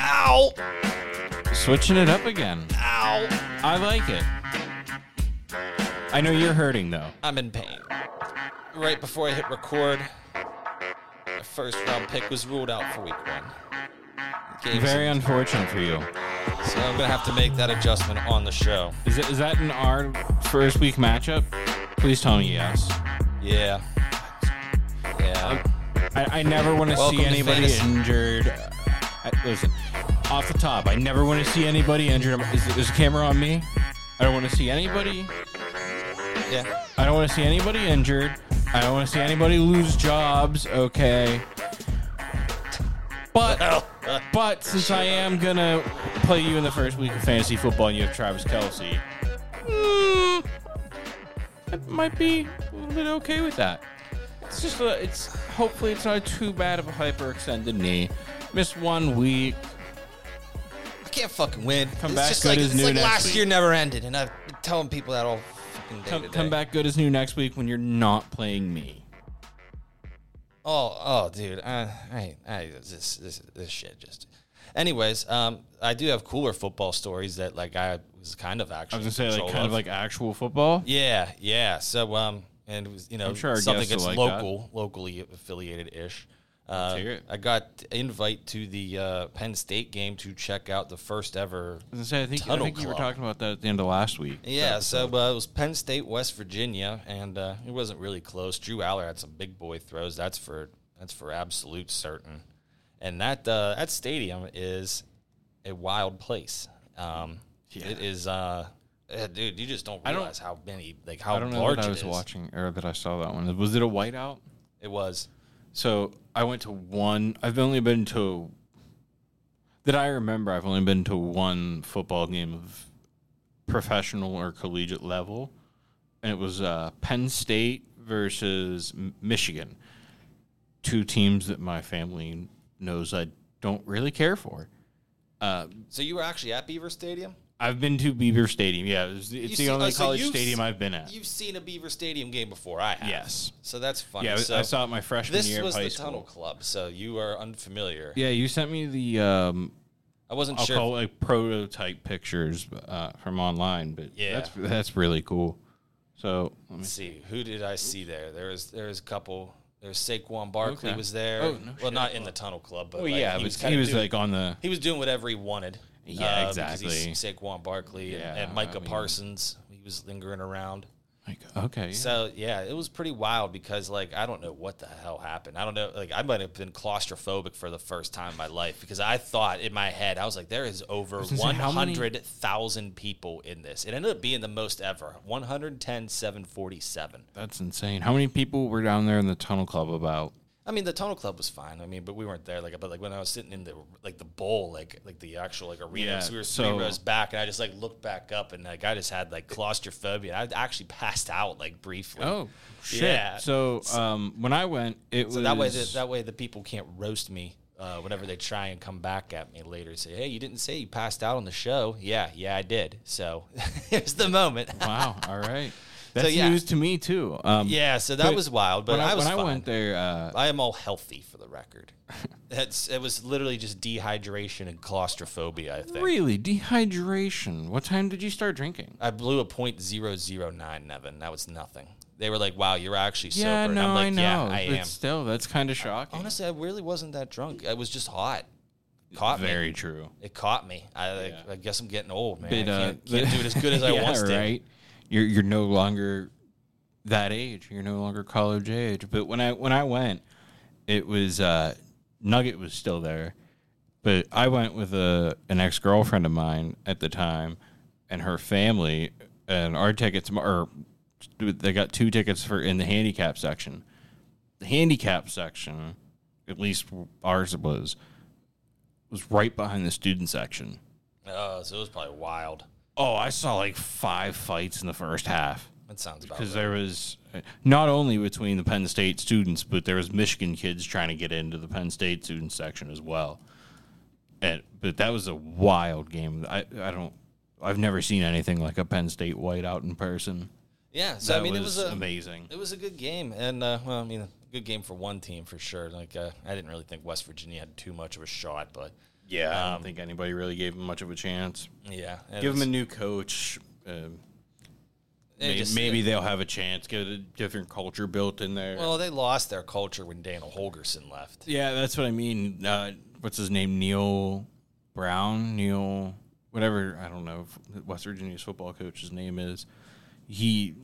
Ow. Switching it up again. Ow. I like it. I know you're hurting though. I'm in pain. Right before I hit record, my first round pick was ruled out for week one. Gave Very unfortunate for you. some- so I'm going to have to make that adjustment on the show. Is it is that an our first week matchup? Please tell me yes. Yeah. Yeah. I, I never want to Welcome see to anybody fantasy. injured. I, listen, off the top, I never want to see anybody injured. I'm- Is, is the camera on me? I don't want to see anybody. Yeah. I don't want to see anybody injured. I don't want to see anybody lose jobs. Okay. But Oh, uh, but since I am gonna play you in the first week of fantasy football, and you have Travis Kelsey, mm, I might be a little bit okay with that. It's just a, it's hopefully it's not too bad of a hyperextended knee. Miss one week. I can't fucking win. Come it's back, just good like, as it's new like next last week. year never ended, and I've been telling people that all fucking day. Come, to come day. back good as new next week when you're not playing me. Oh, oh, dude. I, I, I this, this, this shit just. Anyways, um, I do have cooler football stories that like I was kind of I actually. was gonna say control like kind of of like actual football. Yeah, yeah. So um, and it was you know I'm sure our something guests will that's like that. local, locally affiliated ish. Uh, hear it. I got invite to the uh, Penn State game to check out the first ever. I was gonna say, I think, I Tunnel think you were Club. talking about that at the end of last week. Yeah, so uh, it was Penn State, West Virginia, and uh, it wasn't really close. Drew Aller had some big boy throws. That's for that's for absolute certain. And that uh, that stadium is a wild place. Um, It is, uh, eh, dude. You just don't don't- realize how many like how I don't know large that I it was is. watching or that I saw that one. Was it a whiteout? It was. So I went to one. I've only been to that I remember. I've only been to one football game of professional or collegiate level, and it was uh, Penn State versus M- Michigan. Two teams that my family knows I don't really care for. So you were actually at Beaver Stadium. I've been to Beaver Stadium. Yeah, it was, it's You the see- only oh, so college you've stadium s- I've been at. You've seen a Beaver Stadium game before. I have. Yes. So that's funny. Yeah, I- so I saw it my freshman This year was of high the school. Tunnel Club, so you are unfamiliar. Yeah, you sent me the um, I wasn't I'll sure. call it like prototype pictures uh, from online, but Yeah. that's that's really cool. So um, let me Let's see who did I see there? There was there was a couple. There was Saquon Barkley Okay. was there. Oh, no well, shit. not in the Tunnel Club, but Oh like, yeah, he but was he kinda was doing, like on the he was doing whatever he wanted. Yeah, because he's exactly. Saquon Barkley and- Yeah, and, I Micah mean- Parsons. He was lingering around. like okay. yeah. So yeah, it was pretty wild because like I don't know what the hell happened. I don't know. Like I might have been claustrophobic for the first time in my life because I thought in my head I was like, there is over gonna say, one how many- hundred thousand people in this. It ended up being the most ever, one hundred ten seven forty seven. That's insane. How many people were down there in the tunnel club about? I mean, the Tunnel Club was fine. I mean, but we weren't there. Like, but like when I was sitting in the like the bowl, like like the actual like arena, Yeah, so we were so- three rows back, and I just like looked back up, and like I just had like claustrophobia. I actually passed out like briefly. Oh shit! Yeah. So um, when I went, it was So that way, the, that way, the people can't roast me uh, whenever they try and come back at me later and say, "Hey, you didn't say you passed out on the show." Yeah, yeah, I did. So here's the moment. wow. All right, that's yeah. news to me too. Um, yeah, so that But was wild, but when I, I, was when I fine. went there, uh, I am all healthy for the record. That's it was literally just dehydration and claustrophobia. I think really dehydration. What time did you start drinking? I blew a point zero zero nine, Nevin. That was nothing. They were like, "Wow, you're actually sober." yeah, and no, I'm like, I know. Yeah, I but am. Still, that's kind of shocking. Honestly, I really wasn't that drunk. I was just hot. Caught me. Very true. It caught me. I, I- I, guess I'm getting old, man. I But, uh, can't, can't do it as good as I yeah, once did. Right? You're you're no longer that age. You're no longer college age. But when I when I went, it was uh, Nugget was still there, but I went with a an ex girlfriend of mine at the time, and her family, and our tickets or they got two tickets for in the handicap section. The handicap section, at least ours was, was right behind the student section. Oh, so it was probably wild. Oh, I saw like five fights in the first half That sounds about because right. there was uh, not only between the Penn State students, but there was Michigan kids trying to get into the Penn State student section as well. And but that was a wild game. I I don't I've never seen anything like a Penn State whiteout in person. Yeah, so That I mean, was, it was a amazing. it was a good game, and uh, well, I mean, a good game for one team for sure. Like uh, I didn't really think West Virginia had too much of a shot, but I Yeah, don't think anybody really gave him much of a chance. yeah. it Give him a was- new coach. Um, it may- just- maybe they'll have a chance. Get a different culture built in there. Well, they lost their culture when Daniel Holgerson left. yeah, that's what I mean. Uh, what's his name? Neil Brown. Neil, whatever. I don't know. if West Virginia's football coach's name is. He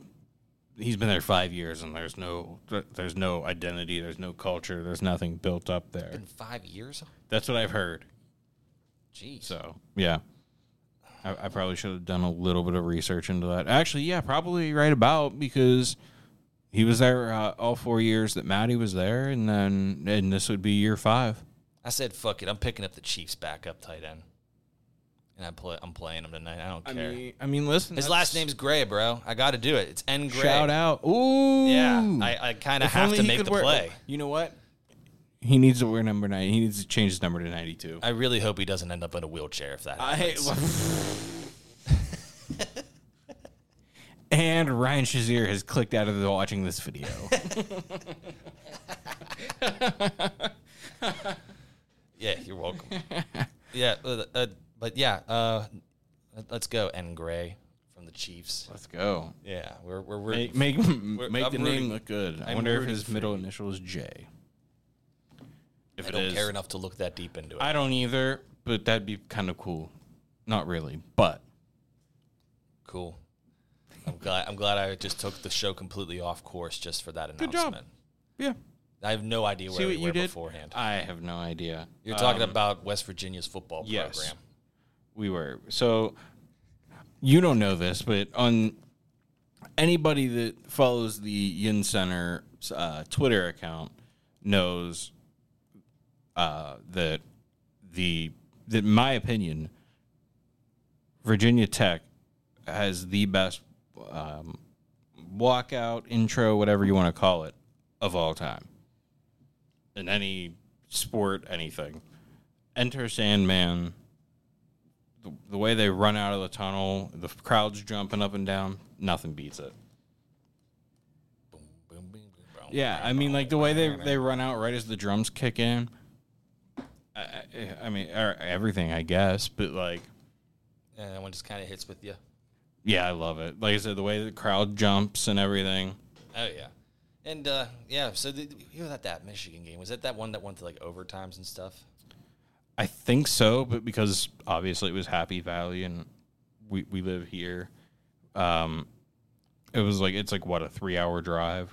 he's been there five years, and there's no there's no identity. There's no culture. There's nothing built up there. In five years, That's what I've heard. jeez. So yeah, I, I probably should have done a little bit of research into that. Actually, yeah, probably right about because he was there uh, all four years that Maddie was there, and then and this would be year five. I said, "Fuck it, I'm picking up the Chiefs' backup tight end," and I play. I'm playing him tonight. I don't care. I mean, listen, His last name's Gray, bro. I got to do it. It's N Gray. shout out. Ooh, Yeah, I, I kind of If have only to he make could the wear- oh. play. You know what? He needs to wear number nine. He needs to change his number to ninety-two. I really hope he doesn't end up in a wheelchair if that. happens. and Ryan Shazier has clicked out of the watching this video. yeah, you're welcome. yeah, uh, uh, but yeah, uh, let- let's go N Gray from the Chiefs. Let's go. Yeah, we're we're, we're Make make, make I'm the rooting- name look good. I I'm wonder if rooting his for middle initial is J. If I it don't is, care enough to look that deep into it. I don't either. But that'd be kind of cool. Not really, but cool. I'm glad. I'm glad I just took the show completely off course just for that announcement. job. yeah. I have no idea where See we what were you did beforehand. I have no idea. You're Uh, talking about West Virginia's football yes. program. we were. So you don't know this, but on anybody that follows the Yin Center uh, Twitter account knows uh, that the that in my opinion, Virginia Tech has the best um, walkout intro, whatever you want to call it, of all time in any sport, anything. Enter Sandman the, the way they run out of the tunnel, the f- crowds jumping up and down, nothing beats it. Boom, boom, boom, boom, boom. Yeah, I mean, like the way they, they run out right as the drums kick in. I, I, I mean, er, everything, I guess, but like, And that one just kind of hits with you. yeah, I love it. Like I said, the way the crowd jumps and everything. Oh yeah, and uh, yeah. So the, you know that that Michigan game was that that one that went to like overtimes and stuff. I think so, but because obviously it was Happy Valley and we, we live here, um, it was like, it's like what, a three hour drive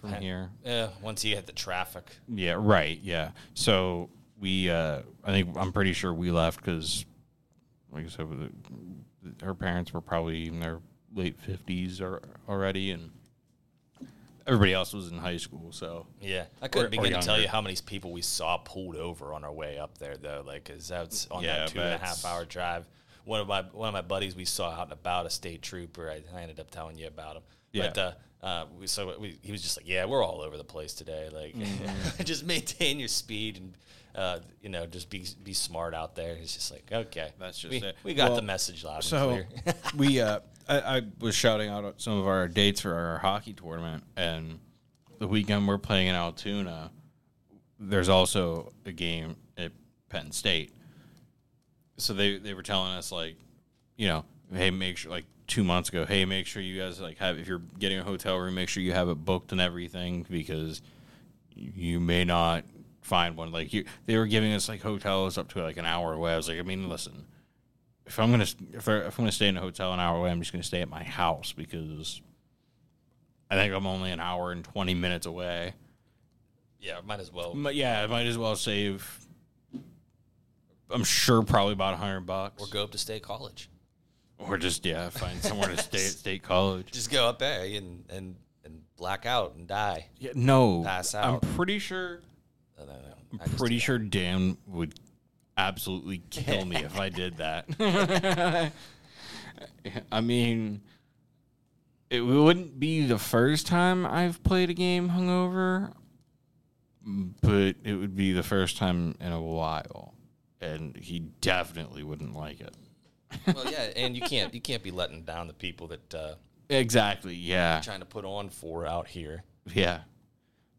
from here? Yeah, once you hit the traffic. Yeah, right. Yeah. So we, uh, I think I'm pretty sure we left because, like I said, with the- her parents were probably in their late 50s or, already, and everybody else was in high school. So Yeah, I couldn't or begin to tell younger. you how many people we saw pulled over on our way up there though, like because that's on Yeah, that two and a that's- half hour drive. One of my one of my buddies we saw out and about a state trooper. I, I ended up telling you about him. Yeah. But, uh, uh, we, so we, he was just like, "Yeah, we're all over the place today. Like, Mm-hmm. just maintain your speed and uh, you know, just be be smart out there." It's just like, okay, That's just we, it. we got Well, the message loud and So clear. we, uh, I, I was shouting out some of our dates for our hockey tournament, and the weekend we're playing in Altoona, there's also a game at Penn State. So they they were telling us like, you know, hey, make sure like two months ago, hey, make sure you guys like have if you're getting a hotel room, make sure you have it booked and everything because you may not find one. Like you, they were giving us like hotels up to like an hour away. I was like, I mean, listen if I'm gonna if, I, if I'm gonna stay in a hotel an hour away, I'm just gonna stay at my house because I think I'm only an hour and twenty minutes away. yeah, might as well. But yeah, I might as well save. I'm sure probably about a hundred bucks, Or go up to state college. or just yeah, find somewhere to stay at State College. Just go up there and and and black out and die. Yeah, no, Pass I'm out. pretty sure. I don't know. I just- Pretty sure Dan would absolutely kill me if I did that. I mean, it wouldn't be the first time I've played a game hungover, but it would be the first time in a while, and he definitely wouldn't like it. well, yeah, and you can't you can't be letting down the people that uh, Exactly. Yeah. trying to put on for out here. Yeah.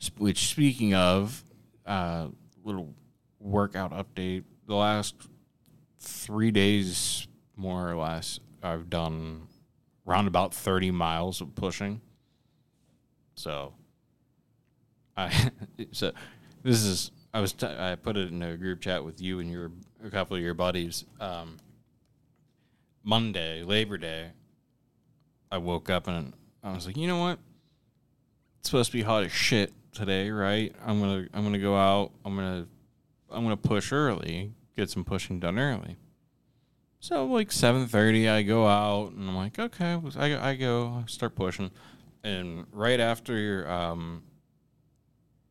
S- Which, speaking of, uh, little workout update. the last three days, more or less, I've done around about 30 miles of pushing. So, I, so this is, I was, t- I put it in a group chat with you and your, a couple of your buddies. Um, Monday, Labor Day, I woke up and I was like, you know what? It's supposed to be hot as shit today, right? I'm gonna I'm gonna go out. I'm gonna I'm gonna push early, get some pushing done early. So like seven thirty, I go out and I'm like, okay, I I go start pushing, and right after um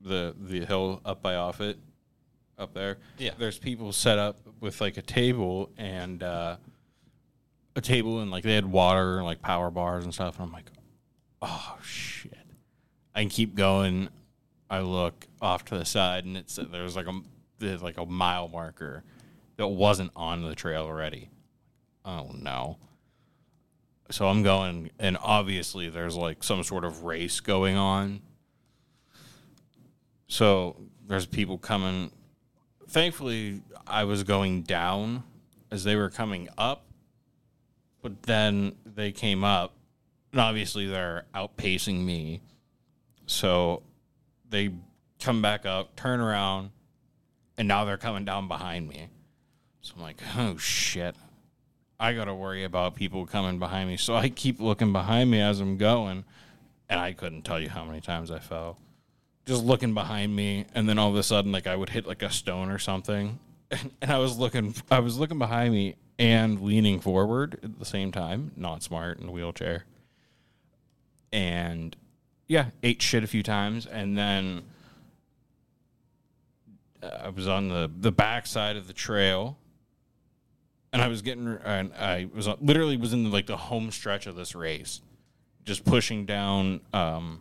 the the hill up by off it up there, Yeah. there's people set up with like a table and uh, a table and like they had water and like power bars and stuff, and I'm like, oh shit. I can keep going. I look off to the side, and it's there was like a there's like a mile marker that wasn't on the trail already. Oh no! So I'm going, and obviously there's like some sort of race going on. So there's people coming. Thankfully, I was going down as they were coming up, but then they came up, and obviously they're outpacing me. So they come back up, turn around, and now they're coming down behind me. So I'm like, oh shit. I got to worry about people coming behind me. So I keep looking behind me as I'm going. And I couldn't tell you how many times I fell. Just looking behind me. And then all of a sudden, like I would hit like a stone or something. And, and I was looking, I was looking behind me and leaning forward at the same time. Not smart in a wheelchair and yeah, ate shit a few times, and then uh, I was on the the back side of the trail, and I was getting, and I was on, literally was in the, like the home stretch of this race, just pushing down um,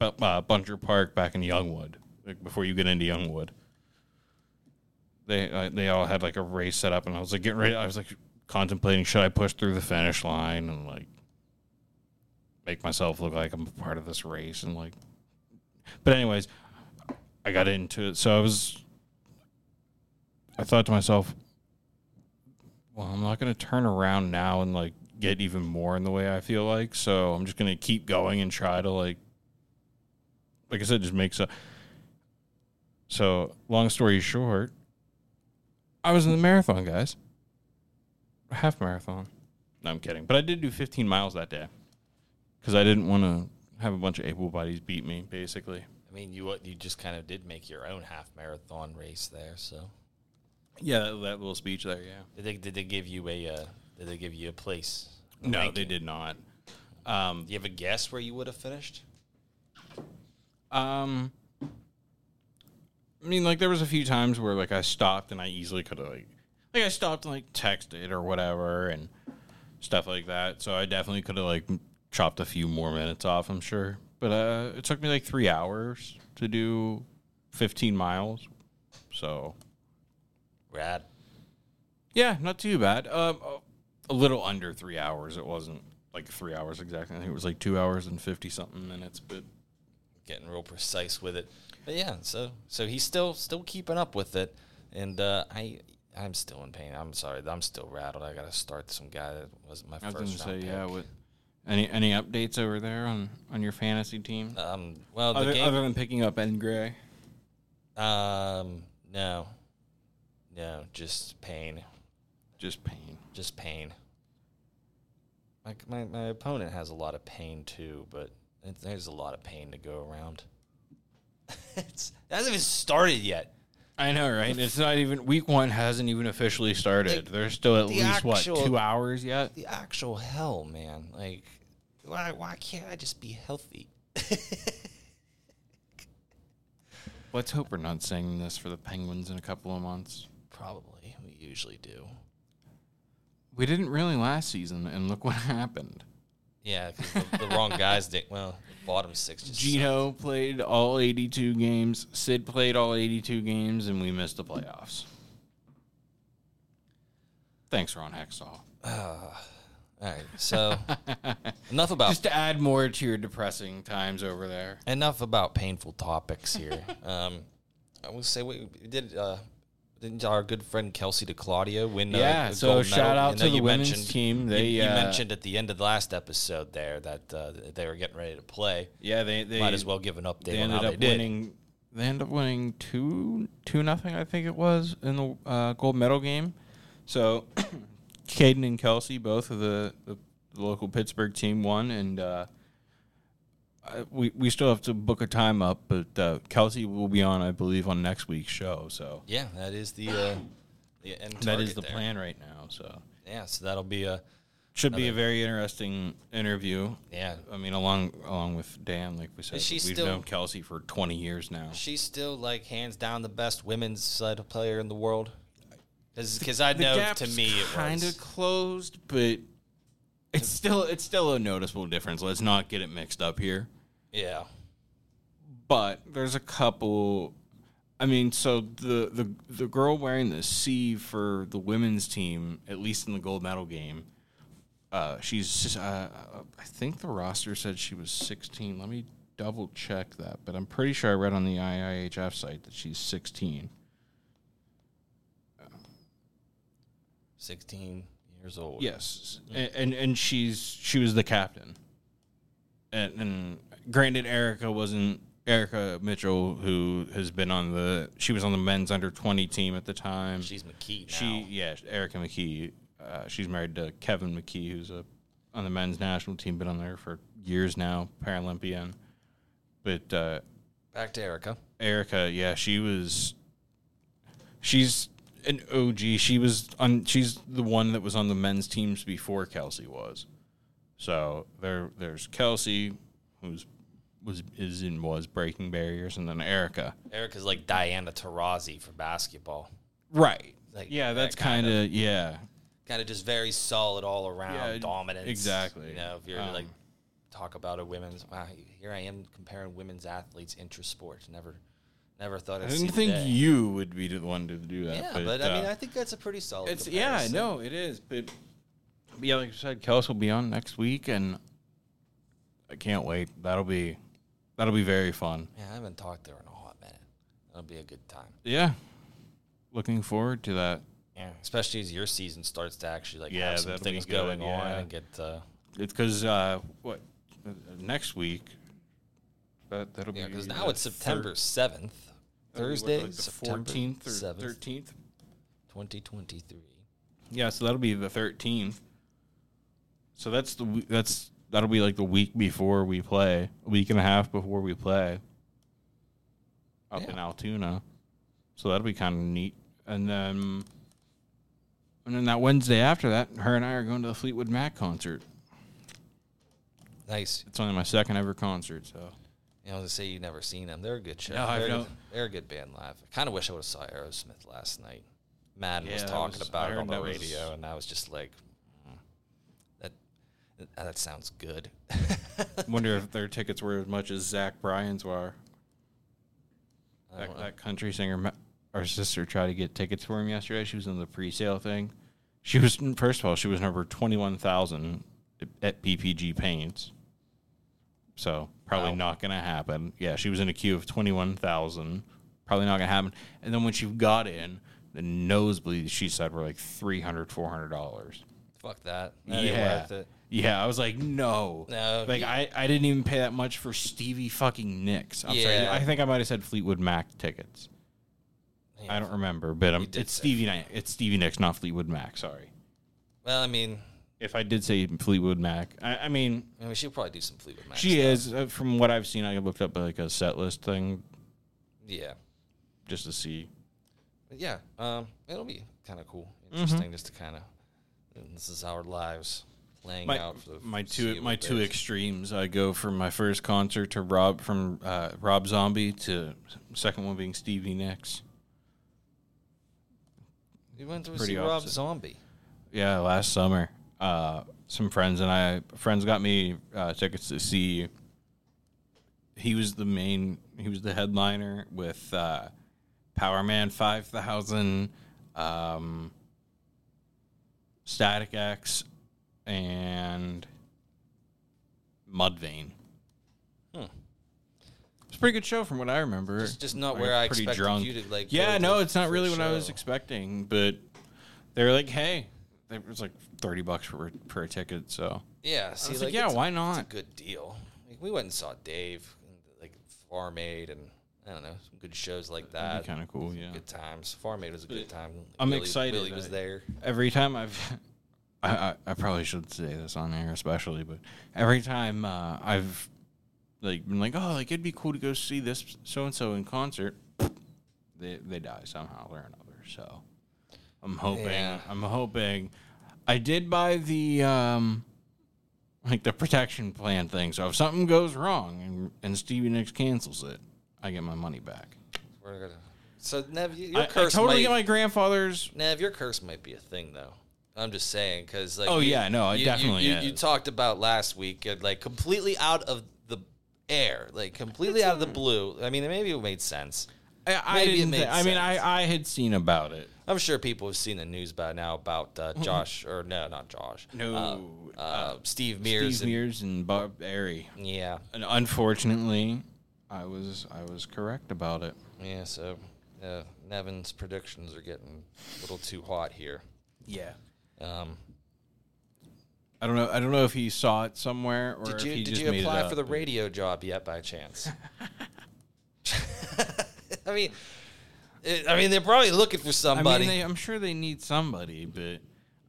Bu- uh, Bunker Park back in Youngwood, like before you get into Youngwood. They uh, they all had like a race set up, and I was like getting ready. I was like contemplating should I push through the finish line and like make myself look like I'm a part of this race and like but anyways I got into it so I was I thought to myself well I'm not going to turn around now and like get even more in the way I feel like so I'm just going to keep going and try to like like I said just make so so long story short I was in the marathon guys half marathon no I'm kidding but I did do 15 miles that day because I didn't want to have a bunch of able bodies beat me, basically. I mean, you you just kind of did make your own half marathon race there. So Yeah, that, that little speech there. Yeah. did they did they give you a uh, did they give you a place? A No, ranking? they did not. Um, Do you have a guess where you would have finished? um, I mean, like there was a few times where like I stopped and I easily could have like, like I stopped and like texted or whatever and stuff like that. So I definitely could have like chopped a few more minutes off. I'm sure, but uh, it took me like three hours to do 15 miles. So Rad. Yeah, not too bad. Um, a little under three hours. It wasn't like three hours exactly. I think it was like two hours and fifty something minutes. But getting real precise with it. But yeah, so so he's still still keeping up with it, and uh, I I'm still in pain. I'm sorry, I'm still rattled. I got to start some guy that was my I was going first to say, round yeah. pick. What any any updates over there on on your fantasy team? Um, well, the other, game. other than picking up N Gray, um, no, no, just pain, just pain. just pain. My my, my opponent has a lot of pain too, but it, there's a lot of pain to go around. it's, it hasn't even started yet. I know, right? It's not even week one hasn't even officially started. There's still at the least actual- what two hours yet. the actual hell, man. Like, why why can't I just be healthy? Let's hope we're not saying this for the Penguins in a couple of months. Probably we usually do. We didn't really last season, and look what happened. Yeah, 'cause the, the wrong guys did. Well, the bottom six just. Gino played all 82 games. Sid played all 82 games, and we missed the playoffs. Thanks, Ron Hextall. All right, so enough about Just to add more to your depressing times over there. enough about painful topics here. um, I will say we we did uh, Didn't our good friend Kelsey DeClaudio win? a- Yeah, a so gold shout medal? out I know to the you women's mentioned- team. you- They, you, uh, mentioned at the end of the last episode there that uh, they were getting ready to play. Yeah, they they Might as well give an update. They on ended how up they did. winning. They ended up winning two two nothing. I think it was in the uh, gold medal game. So, Caden and Kelsey, both of the, the local Pittsburgh team, won, and uh, I- we we still have to book a time up. But uh, Kelsey will be on, I believe, on next week's show. So Yeah, that is the uh, the end. that is target the there. plan right now. So Yeah, so that'll be a should be a very interesting interview. yeah. I mean, along along with Dan, like we said, Is she we've still- known Kelsey for twenty years now. She's still like hands down the best women's side player in the world. Because I the know gap's to me it kind was. of closed, but it's still it's still a noticeable difference. Let's not get it mixed up here. yeah. But there's a couple. I mean, so the the the girl wearing the C for the women's team, at least in the gold medal game, uh, she's just, uh, I think the roster said she was 16. Let me double check that, but I'm pretty sure I read on the IIHF site that she's 16. 16 years old. Yes, and, and and she's she was the captain, and, and granted, Erica wasn't Erica Mitchell, who has been on the she was on the men's under twenty team at the time. She's McKee now. She yeah, Erica McKee. Uh, she's married to Kevin McKee, who's a on the men's national team, been on there for years now, Paralympian. But uh, Back to Erica. Erica, yeah, she was. She's an OG. She was on. She's the one that was on the men's teams before Kelsey was. So there, there's Kelsey, who's was is in was breaking barriers, and then Erica. Erica's like Diana Taurasi for basketball. Right. Like, yeah, that that's kind kind of yeah. Kind of just very solid all around Yeah, dominance. exactly. You know, if you're Um, like talk about a women's wow, here I am comparing women's athletes intra sports. Never never thought I'd I didn't see the think day. you would be the one to do that. Yeah, but, I mean uh, I think that's a pretty solid It's yeah, comparison. no, it is. But but yeah, like you said, Kels will be on next week, and I can't wait. That'll be that'll be very fun. Yeah, I haven't talked to her in a hot minute. That'll be a good time. Yeah, looking forward to that. Yeah. Especially as your season starts to actually like Yeah, have some that'll be things good, going on yeah. and get uh It's because uh, what uh, next week? That that'll yeah, be because now it's September seventh. Thursday, fourteenth or seventh, thirteenth. twenty twenty three. Yeah, so that'll be the thirteenth. So that's the we- that's that'll be like the week before we play, a week and a half before we play. Up in Altoona, so that'll be kind of neat. And then, and then that Wednesday after that, her and I are going to the Fleetwood Mac concert. Nice. It's only my second ever concert, so You know, to say you never seen them, they're a good show. No, I they're, don't. they're a good band live. I kind of wish I would have saw Aerosmith last night. Madden was Yeah, that talking was- about I it heard on the that was- radio, and I was just like, mm, that that sounds good. wonder if their tickets were as much as Zach Bryan's were. That, that country singer, ma- our sister tried to get tickets for him yesterday. She was in the pre-sale thing. She was first of all, she was number twenty-one thousand at PPG Paints. So probably Wow. not going to happen. Yeah, she was in a queue of twenty-one thousand. Probably not going to happen. And then when she got in, the nosebleeds she said were like three hundred, four hundred dollars. Fuck that. That ain't Yeah. worth it. Yeah, I was like, no. No, Like, you- I, I didn't even pay that much for Stevie fucking Nicks. I'm sorry. Yeah. I think I might have said Fleetwood Mac tickets. Yeah. I don't remember, but um, did it's say Stevie Ni- It's Stevie Nicks, not Fleetwood Mac. Sorry. Well, I mean, If I did say Fleetwood Mac, I, I mean, I mean, we should probably do some Fleetwood Mac. she is, uh, from what I've seen, I looked up like a set list thing yeah, just to see. But yeah. Um, it'll be kind of cool, Mm-hmm. interesting, just to kind of. This is our lives playing My, out for the my two foreseeable my two bit. extremes. I go from my first concert to Rob from uh, Rob Zombie to second one being Stevie Nicks. We went to pretty see Rob opposite. Zombie. Yeah, last summer, uh, some friends and I friends got me uh, tickets to see. He was the main. He was the headliner with uh, Power Man Five Thousand, um, Static X, and Mudvayne. Hmm. It's a pretty good show from what I remember. It's just not Like, where I pretty expected drunk. you to like. yeah, go no, to it's not for really a what I was show. expecting, but they were like, hey, it was like 30 bucks for, for a ticket. So Yeah, see, I was like, like, yeah, it's- why It's a not? good deal. Like, we went and saw Dave, and, like Farm Aid, and I don't know some good shows like that. That'd be kind of cool. Yeah. Good times. Farm Aid was a good time. I'm Willie- excited Willie was that- there. Every time I've. I, I, I probably should say this on air, especially, but every time uh, I've like been like, oh, like it'd be cool to go see this so and so in concert, they they die somehow or another. So I'm hoping. Yeah. I'm hoping. I did buy the um, like the protection plan thing. So if something goes wrong and and Stevie Nicks cancels it, I get my money back. We're gonna. So Nev, y- your I, I curse totally might. get my grandfather's. Nev, your curse might be a thing though. I'm just saying because like. Oh, yeah, no, it you, definitely You, you, you is. talked about last week, uh, like completely out of the air, like completely out of the blue. I mean, maybe it made sense. I, I Maybe it didn't. made thi- I mean, sense. I I had seen about it. I'm sure people have seen the news by now about uh, Josh or no, not Josh. No, uh, uh, Steve Mears. Steve Mears and Bob Airy. and, yeah, And unfortunately, I was I was correct about it. yeah. So uh, Nevin's predictions are getting a little too hot here. Yeah. Um, I don't know. I don't know if he saw it somewhere or did if you he did just you made it apply up. for the radio job yet by chance? I mean, it, I mean they're probably looking for I somebody. mean, they, I'm sure they need somebody, but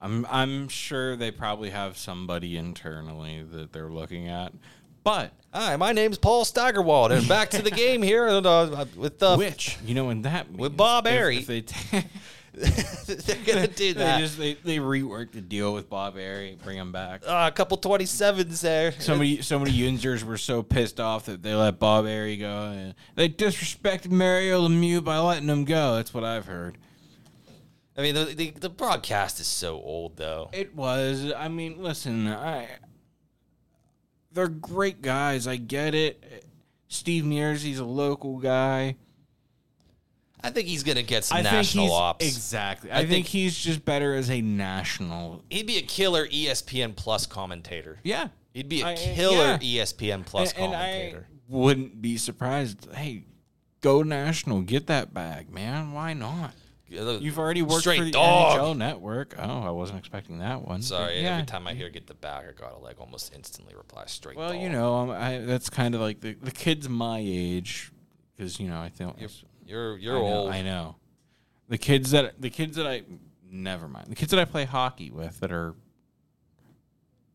I'm I'm sure they probably have somebody internally that they're looking at. But Hi, my name's Paul Steigerwald, and back to the game here and, uh, with uh, which you know, and that means Bob if- Airy. if they t- they're gonna do that. they just they, they rework the deal with Bob Airy, bring him back. uh, a couple twenty sevens there. Somebody, so many users were so pissed off that they let Bob Airy go. And they disrespected Mario Lemieux by letting him go. That's what I've heard. I mean, the, the the broadcast is so old though. It was. I mean, listen, I. They're great guys. I get it. Steve Mears, he's a local guy. I think he's gonna get some I national think he's, ops. Exactly. I, think- think, he's just better as a national. He'd be a killer E ESPN Plus commentator. Yeah. He'd be a I- killer E yeah. ESPN Plus and, and I commentator. wouldn't be surprised. Hey, go national. Get that bag, man. Why not? Yeah, look, You've already worked Straight for the dog. NHL network. Oh, I wasn't expecting that one. Sorry, But yeah. every time I hear "get the bag," I gotta like almost instantly reply straight. Well, you dog. know, um, I, that's kind of like the, the kids my age, because you know, I think you're I you're know, old. I know the kids that the kids that I never mind the kids that I play hockey with that are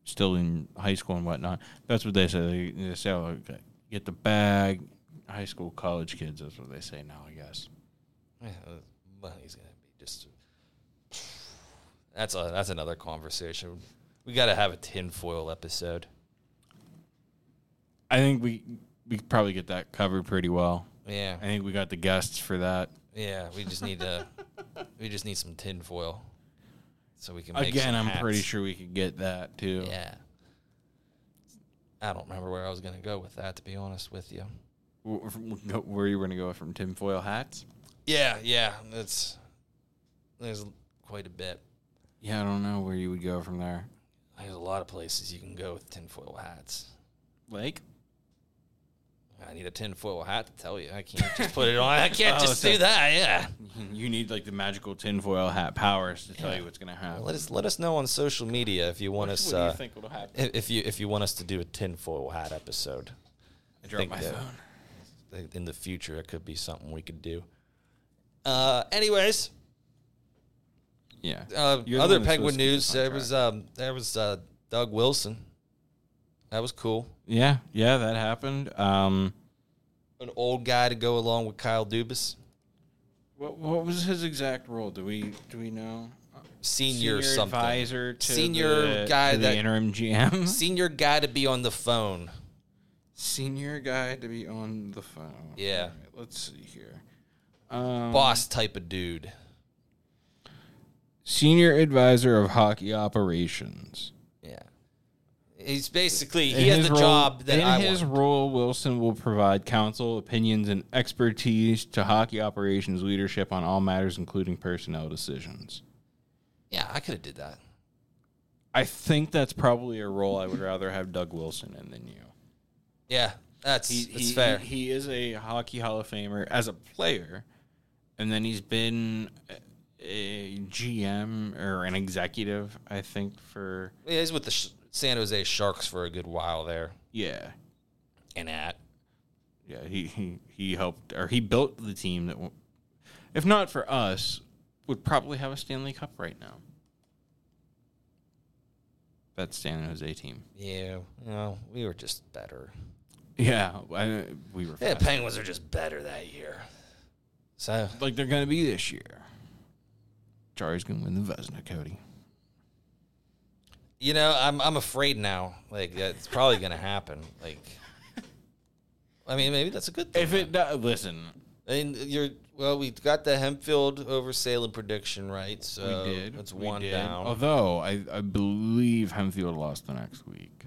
still in high school and whatnot. That's what they say. They, they say, oh, okay, "Get the bag." High school, college kids. That's what they say now. I guess. Yeah, uh, Money's gonna be just. That's a that's another conversation. We gotta have a tinfoil episode. I think we we could probably get that covered pretty well. Yeah, I think we got the guests for that. Yeah, we just need to. we just need some tinfoil, so we can. Make Again, some I'm hats. pretty sure we could get that too. Yeah. I don't remember where I was gonna go with that. To be honest with you. W- w- w- Where you were gonna go from tinfoil hats? Yeah, yeah. That's there's quite a bit. Yeah, I don't know where you would go from there. There's a lot of places you can go with tinfoil hats. Lake. I need a tinfoil hat to tell you. I can't just put it on. I can't Oh, just so- do that. Yeah. You need like the magical tinfoil hat powers to tell Yeah. you what's gonna happen. Let us let us know on social media if you want us. what do Uh, you think will happen? if if you if you want us to do a tinfoil hat episode. I dropped think my that- phone. like, in the future it could be something we could do. Uh, anyways, Yeah. uh, You're the other one that's Penguin supposed to keep news. us on There was um, there was uh, Doug Wilson. That was cool. Yeah, yeah, that happened. Um, An old guy to go along with Kyle Dubas, what what was his exact role? Do we do we know? senior, something, advisor to Senior the- guy to the that- interim GM. senior guy to be on the phone. Senior guy to be on the phone. Yeah. All right, let's see here. Um, Boss type of dude. senior advisor of hockey operations. Yeah, he's basically In he had his the role- job that in I his want. role, Wilson will provide counsel, opinions, and expertise to hockey operations leadership on all matters, including personnel decisions. Yeah, I could have did that. I think that's probably a role I would rather have Doug Wilson in than you. Yeah, That's He, that's he- fair. He, he is a hockey Hall of Famer as a player, and then he's been a GM or an executive, I think, for yeah, he's with the Sh- San Jose Sharks for a good while there, yeah, and at yeah. He he he helped or he built the team that, w- if not for us, would probably have a Stanley Cup right now. That San Jose team. yeah, you know, we were just better. Yeah, I, we were Yeah, fast. Penguins are just better that year. So like they're gonna be this year. Jari's gonna win the Vesna, Cody. you know, I'm I'm afraid now. Like it's probably gonna happen. Like, I mean, maybe that's a good thing. If it do- listen, And you're well, we got the Hempfield over Salem prediction right, so we did. it's we one did. Oh, down. Although I, I believe Hemfield lost the next week,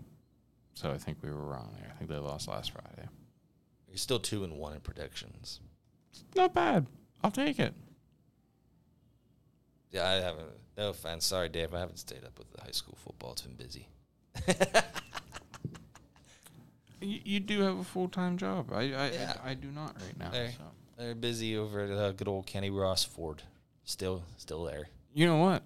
so I think we were wrong there. I think they lost last Friday. You're still two and one in predictions. Not bad. I'll take it. Yeah, I haven't. No offense, sorry, Dave. I haven't stayed up with the high school football. It's been busy. You, you do have a full time job. I I, Yeah. I I do not right now. There. So. They're busy over at uh, good old Kenny Ross Ford. Still, still there. You know what?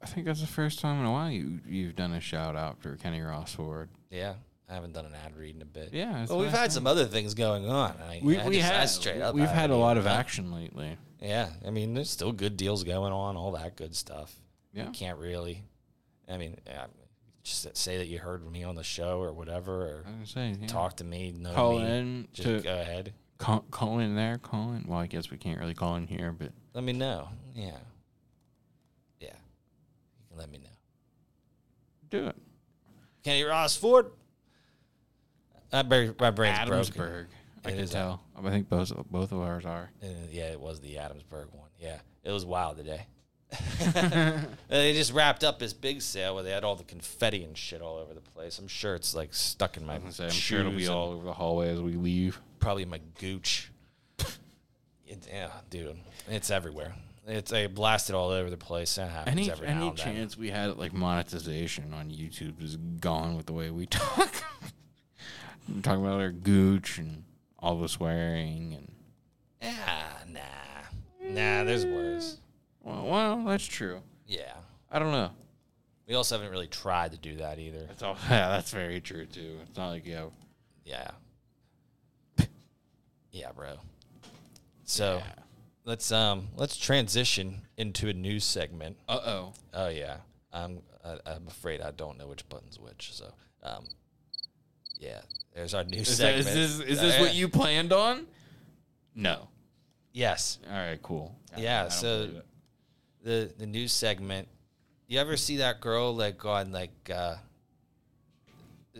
I think that's the first time in a while you you've done a shout out for Kenny Ross Ford. Yeah, I haven't done an ad read in a bit. Yeah. that's Well, what we've I had said. some other things going on. I, We, I we just- I have. straight up. We've I had a haven't lot even of done- action lately. Yeah, I mean, there's still good deals going on, all that good stuff. Yeah. Can't really, I mean, yeah, just say that you heard me on the show or whatever, or I was gonna say, yeah. talk to me, know Call me. in Just to go ahead. call, call in there. Call in. Well, I guess we can't really call in here, but Let me know. Yeah, yeah, you can let me know. do it. Kenny Ross Ford. My, bra- my brain's broken. I It can is tell. I think both both of ours are. Uh, yeah, it was the Adamsburg one. Yeah, it was wild today. Uh, they just wrapped up this big sale where they had all the confetti and shit all over the place. I'm sure it's like stuck in my I'm, sure it'll be shoes and all over the hallway as we leave. probably my gooch. It, yeah, dude, it's everywhere. It's I blasted all over the place. That happens Any every now any and then. chance we had like monetization on YouTube is gone with the way we talk. We're talking about our gooch and all the swearing and Yeah, Ah, nah, nah. There's worse. well, well that's true. Yeah, I don't know. we also haven't really tried to do that either. That's all. Yeah, that's very true too. It's not like yeah. Yeah. yeah, bro. So let's um let's transition into a new segment. Uh oh. Oh yeah, I'm I, I'm afraid I don't know which button's which. So um, yeah, there's our new Is, that, segment. is this is this what Uh, you planned on? No. Yes, All right. Cool. Yeah, I don't so- believe it. the the news segment. You ever see that girl like on like uh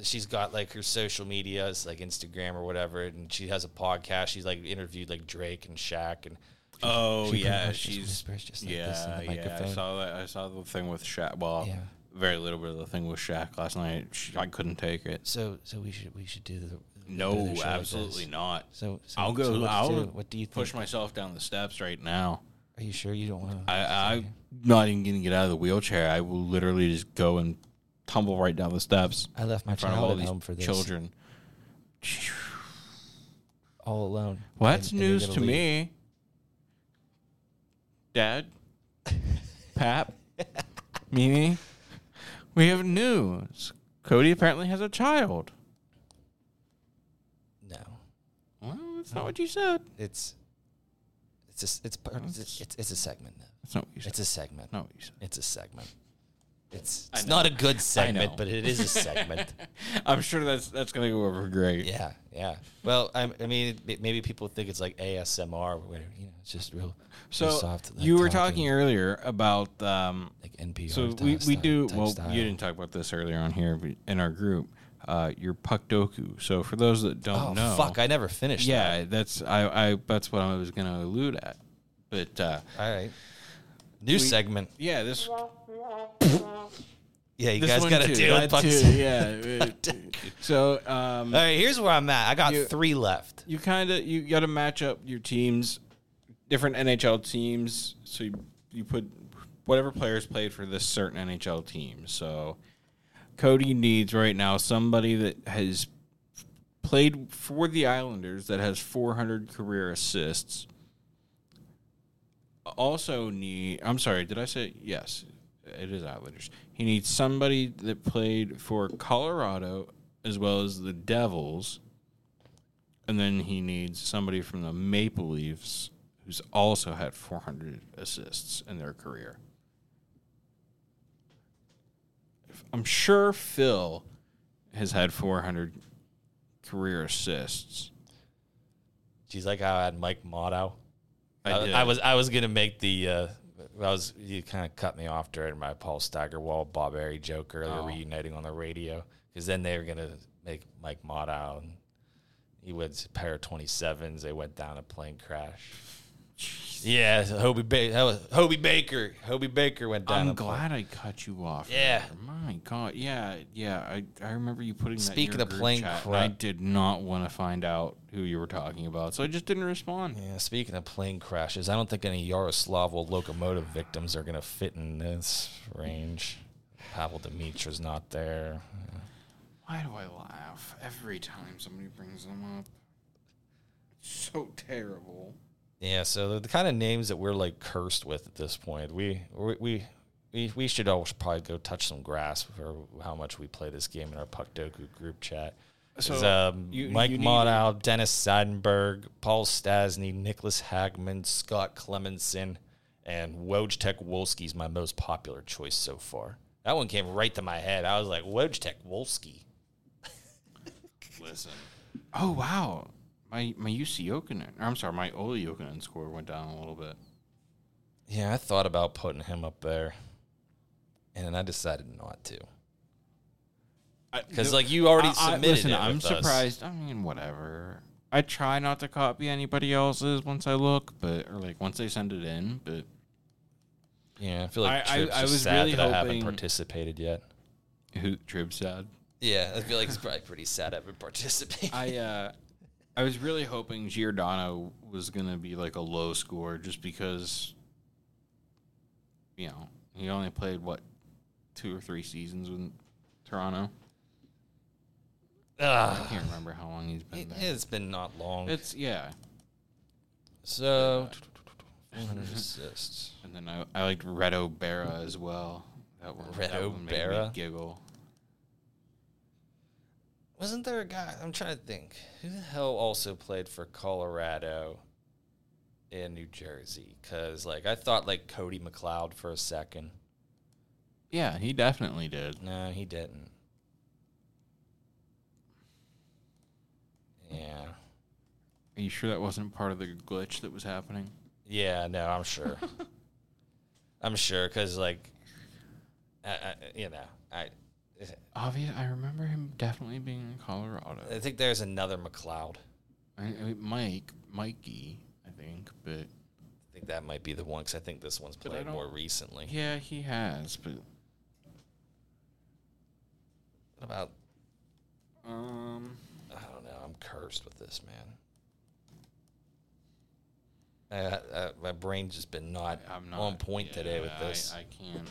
she's got like her social media, it's like Instagram or whatever, and she has a podcast. She's like interviewed like Drake and Shaq and Oh She pretty yeah, much just she's whispers just like this in yeah the yeah. I microphone. saw that. I saw the thing with Shaq. Well, Yeah. very little bit of the thing with Shaq last night. Sh- I couldn't take it. So so we should we should do the do No, the show Hmm. like absolutely this. not. So, so I'll go. so let's I'll do it. What do you think? push myself down the steps right now. Are you sure you don't want I, I'm not even gonna get out of the wheelchair. I will literally just go and tumble right down the steps I left my in front of all child at these home for this, children. all alone. Well, that's And- and you're news gonna to leave. me. Dad, Pap, Mimi, we have news. Cody apparently has a child. No, Well, that's Oh. not what you said. it's it's a, it's part. It's, it's it's a segment. though. That's not what you said. It's a segment. not what you said. It's a segment. It's, I it's know. not a good know. segment, but it is a segment. I'm sure that's that's gonna go over great. yeah, yeah. Well, I, I mean, it- maybe people think it's like ASMR, where you know it's just real, So real soft. like, you were talking earlier about um, like NPR. so type we, we sty- do type well style. you didn't talk about this earlier on here but in our group uh, your puckdoku. So for those that don't Oh know, fuck! I never finished. that. Yeah, that's I, I that's what I was gonna allude at. But uh, All right. New segment. yeah, this Yeah, you this guys one got to too, deal that with pucks. too, yeah. so um, All right, here's where I'm at. I got three left. you kind of you got to match up your teams, different NHL teams. So you you put whatever players played for this certain NHL team. So Cody needs right now somebody that has played for the Islanders that has 400 career assists. Also need I'm sorry, did I say yes? It is Islanders. He needs somebody that played for Colorado as well as the Devils. And then he needs somebody from the Maple Leafs who's also had 400 assists in their career. I'm sure Phil has had 400 career assists. She's like how I had Mike Motto. I I, did. I was I was gonna make the uh, I was you kind of cut me off during my Paul Steigerwald Bob Airy joke earlier Oh. reuniting on the radio because then they were gonna make Mike Mott out and he went a pair of twenty sevens. They went down a plane crash. Yeah, so Hobie ba- that was Hobie Baker. Hobie Baker went down. I'm a plane- glad I cut you off. Yeah. there. My God. Yeah. Yeah. I, I remember you putting that in Speaking your of group plane chat, and cra- I did not want to find out who you were talking about, so I just didn't respond. Yeah, speaking of plane crashes, I don't think any Yaroslavl locomotive victims are going to fit in this range. Pavel Dimitra's not there. Why do I laugh every time somebody brings them up? It's so terrible. Yeah, so the, the kind of names that we're like cursed with at this point, we we we we, we should all should probably go touch some grass for how much we play this game in our Puck Doku group chat. 'Cause, So, um, you- Mike you need- Modow, Dennis Seidenberg, Paul Stasny, Nicholas Hagman, Scott Clemenson, and Wojtek Wolski's my most popular choice so far. That one came right to my head. I was like, Wojtek Wolski. Listen. Oh wow. My my UC Jokinen, or I'm sorry, my Oli Jokinen score went down a little bit. Yeah, I thought about putting him up there, and then I decided not to. Because No- like you already I- I- submitted listen, it I'm with us. surprised. I mean, whatever. I try not to copy anybody else's once I look, but or like once they send it in, but Yeah, I feel like I- I- Tripp's I just was sad really that I haven't hoping- participated yet. who Trib said. Yeah, I feel like he's probably pretty sad I haven't participated. I uh, I was really hoping Giordano was gonna be like a low score, just because you know he only played what two or three seasons in Toronto. I can't remember how long he's been there. it's been not long. It's yeah. uh, so, 400 assists. And then I, I liked Red O'Bara as well. That one, Red that one made me O'Bara? giggle. Wasn't there a guy? I'm trying to think. Who the hell also played for Colorado and New Jersey? Because like I thought like Cody McLeod for a second. Yeah, he definitely did. No, he didn't. Yeah. Are you sure that wasn't part of the glitch that was happening? Yeah, no, I'm sure. I'm sure because like, I, I, you know, I Obvious. I remember him definitely being in Colorado. I think there's another McLeod. I, I- Mike, Mikey, I think, but I think that might be the one because I think this one's I played don't- more recently. yeah, he has. But What about um, I don't know. I'm cursed with this man. Uh, uh, my brain's just been not, I'm not on point today with yeah, this. I, I can't.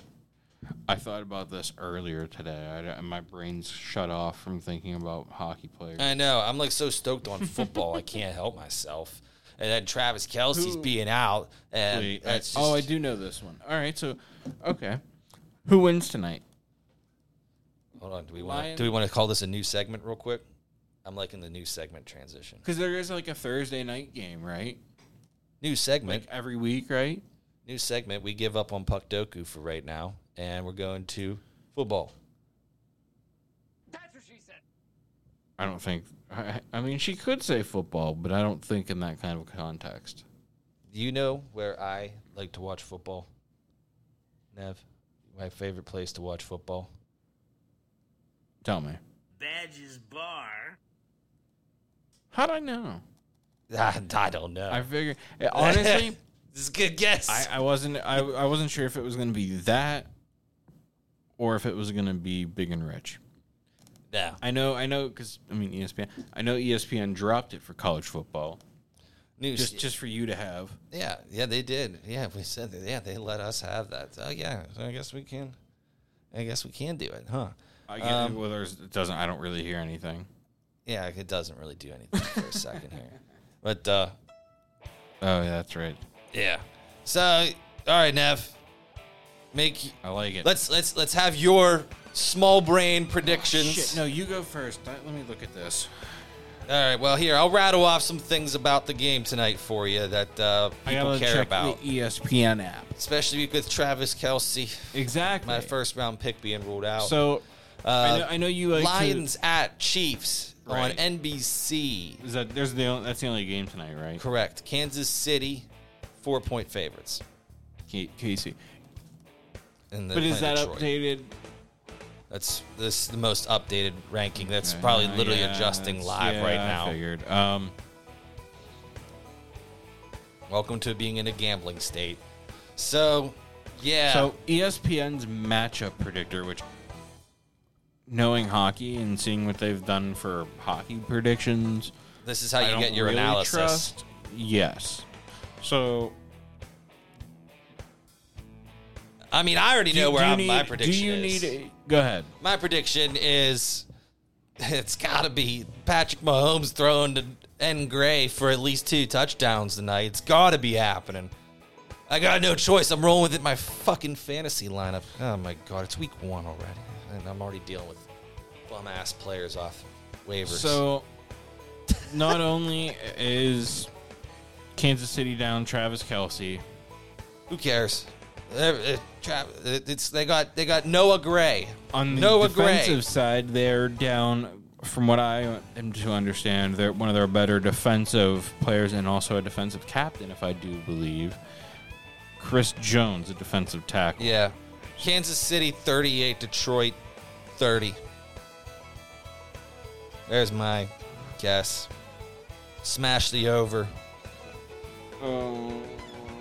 I thought about this earlier today. I, my brain's shut off from thinking about hockey players. I know. I'm like so stoked on football. I can't help myself. And then Travis Kelsey's being out, and Wait, I- that's oh, I just- do know this one. All right, so okay, who wins tonight? Hold on. Do we want to Lion- do we want to call this a new segment real quick? I'm liking the new segment transition. Because there is like a Thursday night game, right? New segment. Like every week, right? new segment. We give up on Puck Doku for right now, and we're going to football. I don't think. I, I mean, she could say football, but I don't think in that kind of context. Do you know where I like to watch football? Nev, my favorite place to watch football. Tell me, Badge's Bar. how'd I know? I, I don't know. I figure honestly, this is a good guess. I, I wasn't. I, I wasn't sure if it was going to be that, or if it was going to be big and rich. no. I know. I know because I mean E ESPN. I know ESPN dropped it for college football New just just for you to have. Yeah, yeah, they did. Yeah, we said that. Yeah, they let us have that. Oh yeah, so I guess we can. I guess we can do it, huh? Um, I get it, well, there's, it doesn't. I don't really hear anything. yeah, it doesn't really do anything for a second here. But uh, Oh, yeah, that's right. yeah. So all right, Nev, make I like it. let's let's let's have your small brain predictions. Shit, no, you go first. Let let me look at this. All right, well here I'll rattle off some things about the game tonight for you that uh, people care about, the E ESPN app. especially with Travis Kelsey, Exactly. my first round pick being ruled out. Uh, So uh, I, know, I know you like to- Lions at Chiefs Right. on NBC. is that there's the only, that's the only game tonight, right? Correct. Kansas City, four point favorites. K- Casey. And But is that updated? That's this is the most updated ranking. That's probably literally Yeah, adjusting it's- live yeah, right I now. figured. Um, Welcome to being in a gambling state. So, yeah. So E ESPN's matchup predictor, which knowing hockey and seeing what they've done for hockey predictions, this is how I you don't get your really analysis. trust. Yes. So I mean, I already know do where you I'm, need- my prediction do you is. need? a- go ahead. my prediction is it's got to be Patrick Mahomes throwing to N. Gray for at least two touchdowns tonight. It's got to be happening. I got no choice. I'm rolling with it. in My fucking fantasy lineup. Oh my god, it's week one already, and I'm already dealing with bum ass players off waivers. So, not only is Kansas City down Travis Kelsey, who cares? Eh, eh, Tra- eh, It's they got they got Noah Gray. on the Noah defensive Gray. side, they're down. From what I am to understand, they're one of their better defensive players and also a defensive captain, if I do believe. Chris Jones, a defensive tackle. Yeah, Kansas City 38, Detroit 30. There's my guess. Smash the over. All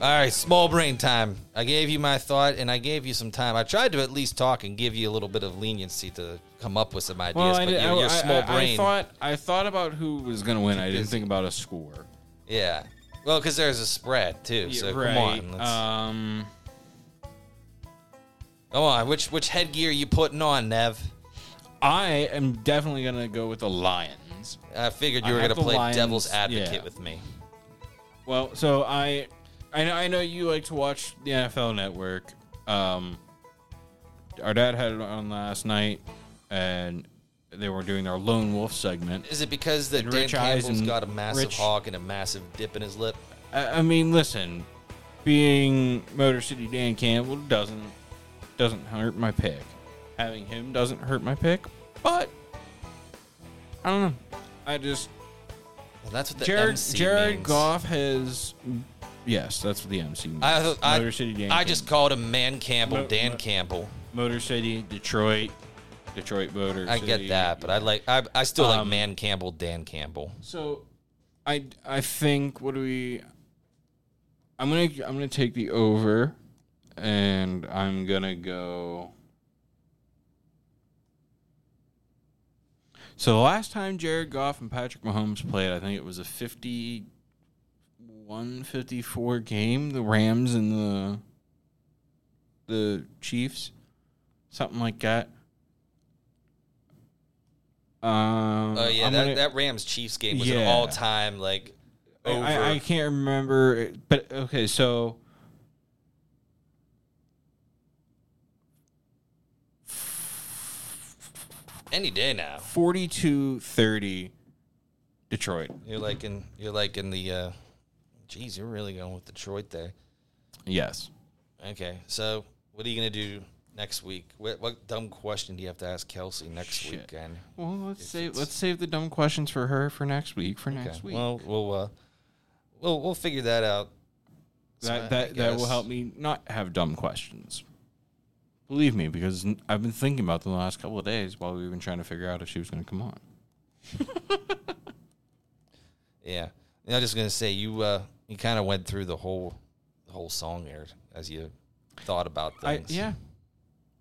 right, small brain time. I gave you my thought and I gave you some time. I tried to at least talk and give you a little bit of leniency to come up with some ideas, Well, I, but did, your, I, your small I- I brain. thought I thought about who was going to win. I didn't think about a score. yeah. Well, because there's a spread too. so come on. Let's, Um, come on. Which which headgear you putting on, Nev? I am definitely going to go with the Lions. I figured I you were have going to the play Lions, devil's advocate yeah. with me. Well, so I, I know, I know you like to watch the NFL Network. Um, our dad had it on last night, and they were doing their Lone Wolf segment. Is it because that And Dan Rich Eyes Campbell's and got a massive Rich- hog and a massive dip in his lip? I, I mean, listen, being Motor City Dan Campbell doesn't doesn't hurt my pick. Having him doesn't hurt my pick, but I don't know. I just Well, that's what the Jared MC Jared means. Goff has. Yes, that's what the MC means. I, I, Motor City Dan I Campbell. just called him Man Campbell, Mo- Dan Mo- Campbell. Motor City, Detroit, Detroit Motor. I City. get that, but I like I, I still like Um, Man Campbell, Dan Campbell. so I I think what do we? I'm gonna I'm gonna take the over, and I'm gonna go. So the last time Jared Goff and Patrick Mahomes played, I think it was a 51 54 game, the Rams and the the Chiefs, something like that. Um, Oh yeah, I'm that, gonna- that Rams Chiefs game was an Yeah. all time like over. I, I can't remember, it, but okay, so any day now. 42 30 Detroit. You're like in you're like in the. Uh, geez, you're really going with Detroit there. Yes. Okay, so what are you gonna do next week? What, what dumb question do you have to ask Kelsey next Shit. weekend? Well, let's save it's- let's save the dumb questions for her for next week for Okay, next week. Well, we'll uh, we'll we'll figure that out. that I that, that will guess. help me not have dumb questions. Believe me because n- I've been thinking about them the last couple of days while we've been trying to figure out if she was going to come on. Yeah. And I'm just gonna say you uh, you kind of went through the whole the whole song there as you thought about I, things. yeah.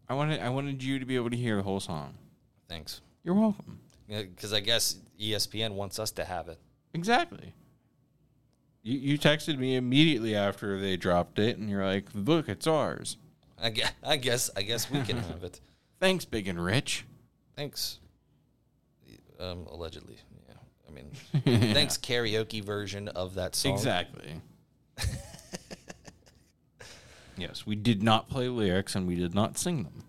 I wanted I wanted you to be able to hear the whole song. Thanks. You're welcome. Because I guess E ESPN wants us to have it. Exactly. You you texted me immediately after they dropped it, and you're like, "Look, it's ours." I guess I guess I guess we can have it. Thanks, big and rich. Thanks. Um, allegedly, I mean, thanks karaoke version of that song. Exactly. yes, we did not play lyrics and we did not sing them.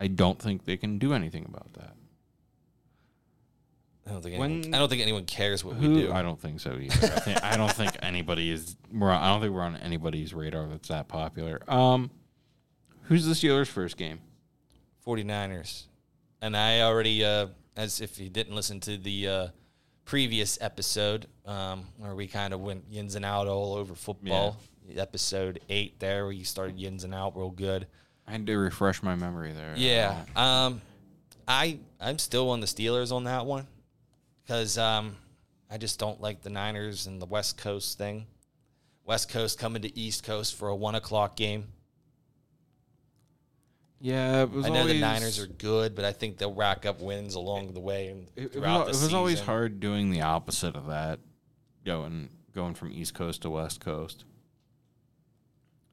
I don't think they can do anything about that. I don't think When- anyone, I don't think anyone cares what Who- we do. I don't think so either. I, think, I don't think anybody is. We're on, I don't think we're on anybody's radar that's that popular. Um, who's the Steelers' first game? 49ers. And I already, uh, as if you didn't listen to the uh, previous episode, um, where we kind of went yins and out all over football, episode eight there, where you started yins and out real good. I had to refresh my memory there. Uh, Yeah. Um, I I'm still on the Steelers on that one because um, I just don't like the Niners and the West Coast thing. West Coast coming to East Coast for a one o'clock game. yeah. It was I know always, the Niners are good, but I think they'll rack up wins along the way and It, it was, throughout al- it the was always season. hard doing the opposite of that, going going from East Coast to West Coast.